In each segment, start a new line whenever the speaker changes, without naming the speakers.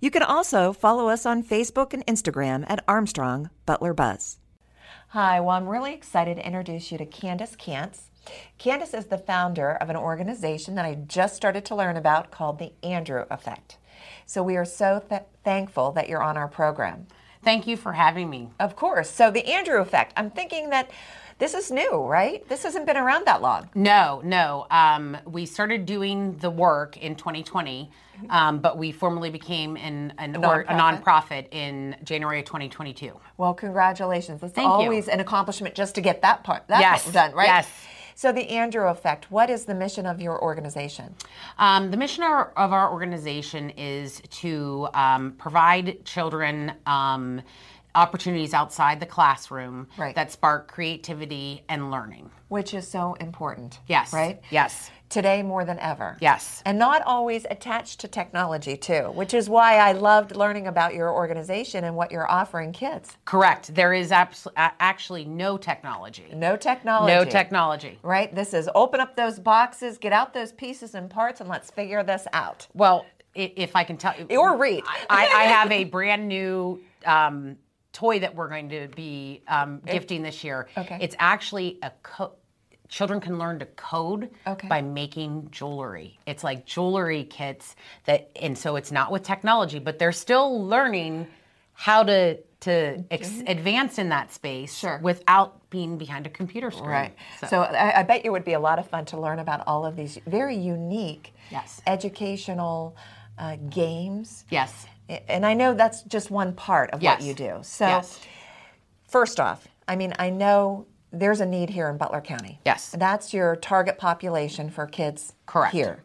You can also follow us on Facebook and Instagram at Armstrong Butler Buzz. Hi, well, I'm really excited to introduce you to Candace Cantz. Candace is the founder of an organization that I just started to learn about called the Andrew Effect. So we are so th- thankful that you're on our program.
Thank you for having me.
Of course. So the Andrew Effect, I'm thinking that this is new, right? This hasn't been around that long.
No, no. Um, we started doing the work in 2020, um, but we formally became an, an or- a nonprofit in January of 2022.
Well, congratulations. That's
Thank you.
always an accomplishment just to get that part that
Yes.
part done, right?
Yes.
So the Andrew Effect, what is the mission of your organization?
Um, the mission of our, of our organization is to um, provide children um, opportunities outside the classroom
Right.
that spark creativity and learning.
Which is so important.
Yes.
Right?
Yes.
Today more than ever.
Yes.
And not always attached to technology too, which is why I loved learning about your organization and what you're offering kids.
Correct. There is abs- a- actually no technology.
No technology.
No technology.
Right? This is open up those boxes, get out those pieces and parts, and let's figure this out.
Well, i- if I can tell you,
Or read.
I, I have a brand new um, toy that we're going to be um, gifting this year.
Okay.
It's actually a co- children can learn to code
Okay.
by making jewelry. It's like jewelry kits that, and so it's not with technology, but they're still learning how to to ex- advance in that space
Sure.
without being behind a computer screen.
Right. So,
So-
I, I bet you would be a lot of fun to learn about all of these very unique
Yes.
educational uh, games.
yes.
And I know that's just one part of
Yes.
what you do. So,
Yes.
first off, I mean, I know there's a need here in Butler County.
Yes.
That's your target population for kids
Correct.
here.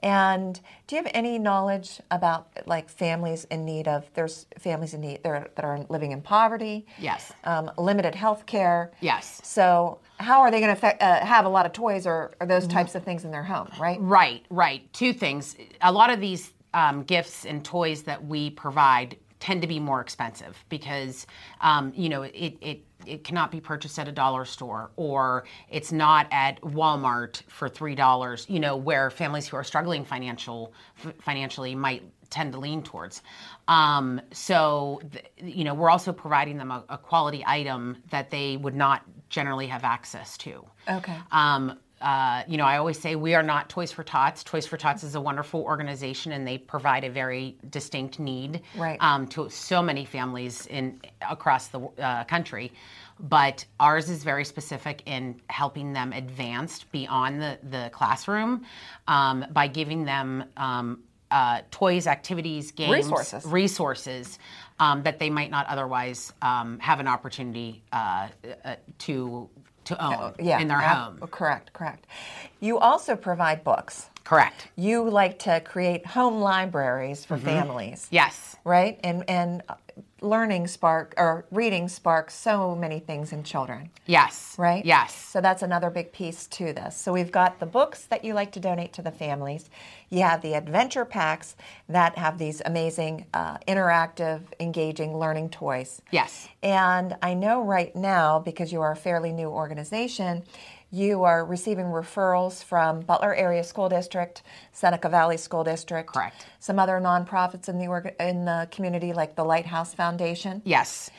And do you have any knowledge about like families in need of there's families in need there that are living in poverty?
Yes.
Um, limited health care.
Yes.
So how are they going to uh, have a lot of toys or, or
Mm-hmm.
those types of things in their home? Right.
Right, right. Two things. A lot of these um, gifts and toys that we provide tend to be more expensive because, um, you know, it, it, it cannot be purchased at a dollar store or it's not at Walmart for $3, you know, where families who are struggling financial, f- financially might tend to lean towards. Um, so, th- you know, we're also providing them a, a quality item that they would not generally have access to.
Okay.
Um, uh, you know, I always say we are not Toys for Tots. Toys for Tots is a wonderful organization, and they provide a very distinct need
Right.
um, to so many families in across the uh, country. But ours is very specific in helping them advance beyond the the classroom um, by giving them um, uh, toys, activities, games,
Resources.
resources um, that they might not otherwise um, have an opportunity uh, uh, to to own
Yeah.
Uh, in their
ab-
home.
Correct. Correct. You also provide books.
Correct.
you like to create home libraries for families
Yes.
right and and learning spark or reading sparks so many things in children
Yes.
right
Yes.
so that's another big piece to this so we've got the books that you like to donate to the families you have the adventure packs that have these amazing uh, interactive engaging learning toys
Yes.
and I know right now, because you are a fairly new organization, you are receiving referrals from Butler Area School District, Seneca Valley School District,
Correct.
Some other nonprofits in the org- in the community, like the Lighthouse Foundation.
Yes.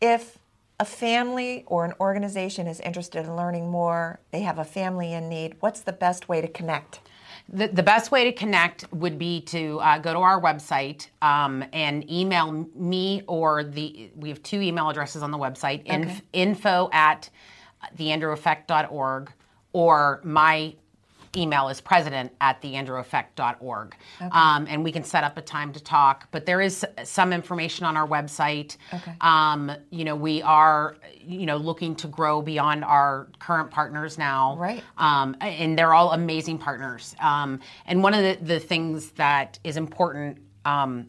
If a family or an organization is interested in learning more, they have a family in need. What's the best way to connect?
The, the best way to connect would be to uh, go to our website um, and email me or the we have two email addresses on the website inf- info at theandreweffect.org or my email is president at theandreweffect.org um, and we can set up a time to talk but there is some information on our website
Okay.
um, you know we are you know looking to grow beyond our current partners now
Right.
um, and they're all amazing partners. Um, and one of the, the things that is important um,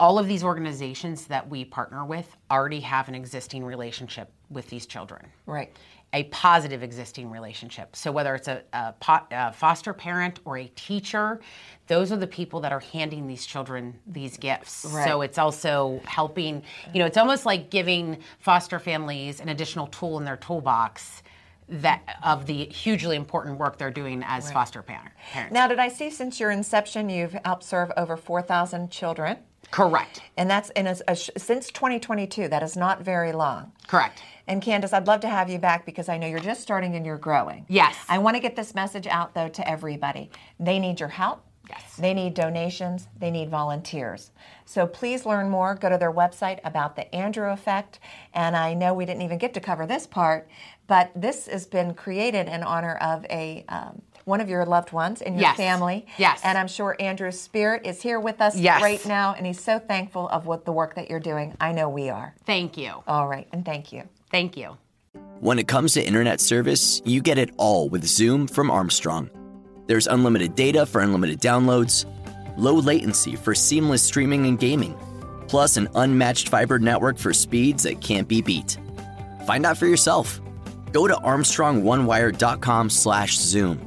all of these organizations that we partner with already have an existing relationship with these children.
Right.
A positive existing relationship. So, whether it's a, a, po- a foster parent or a teacher, those are the people that are handing these children these gifts. So,
Right.
it's also helping, you know, it's almost like giving foster families an additional tool in their toolbox that of the hugely important work they're doing as foster parent, parents.
Now, did I see since your inception, you've helped serve over 4,000 children?
Correct.
And that's in a, a, sh- since 2022. That is not very long.
Correct.
And Candace, I'd love to have you back because I know you're just starting and you're growing.
Yes.
I want to get this message out though to everybody. They need your help.
Yes.
They need donations. They need volunteers. So please learn more. Go to their website about the Andrew Effect. And I know we didn't even get to cover this part, but this has been created in honor of a um, one of your loved ones in your
Yes.
family.
Yes.
And I'm sure Andrew's spirit is here with us
Yes.
right now, and he's so thankful of what the work that you're doing. I know we are.
Thank you.
All right, and thank you.
Thank you.
When it comes to internet service, you get it all with Zoom from Armstrong. There's unlimited data for unlimited downloads, low latency for seamless streaming and gaming, plus an unmatched fiber network for speeds that can't be beat. Find out for yourself. Go to armstrongonewire.com/zoom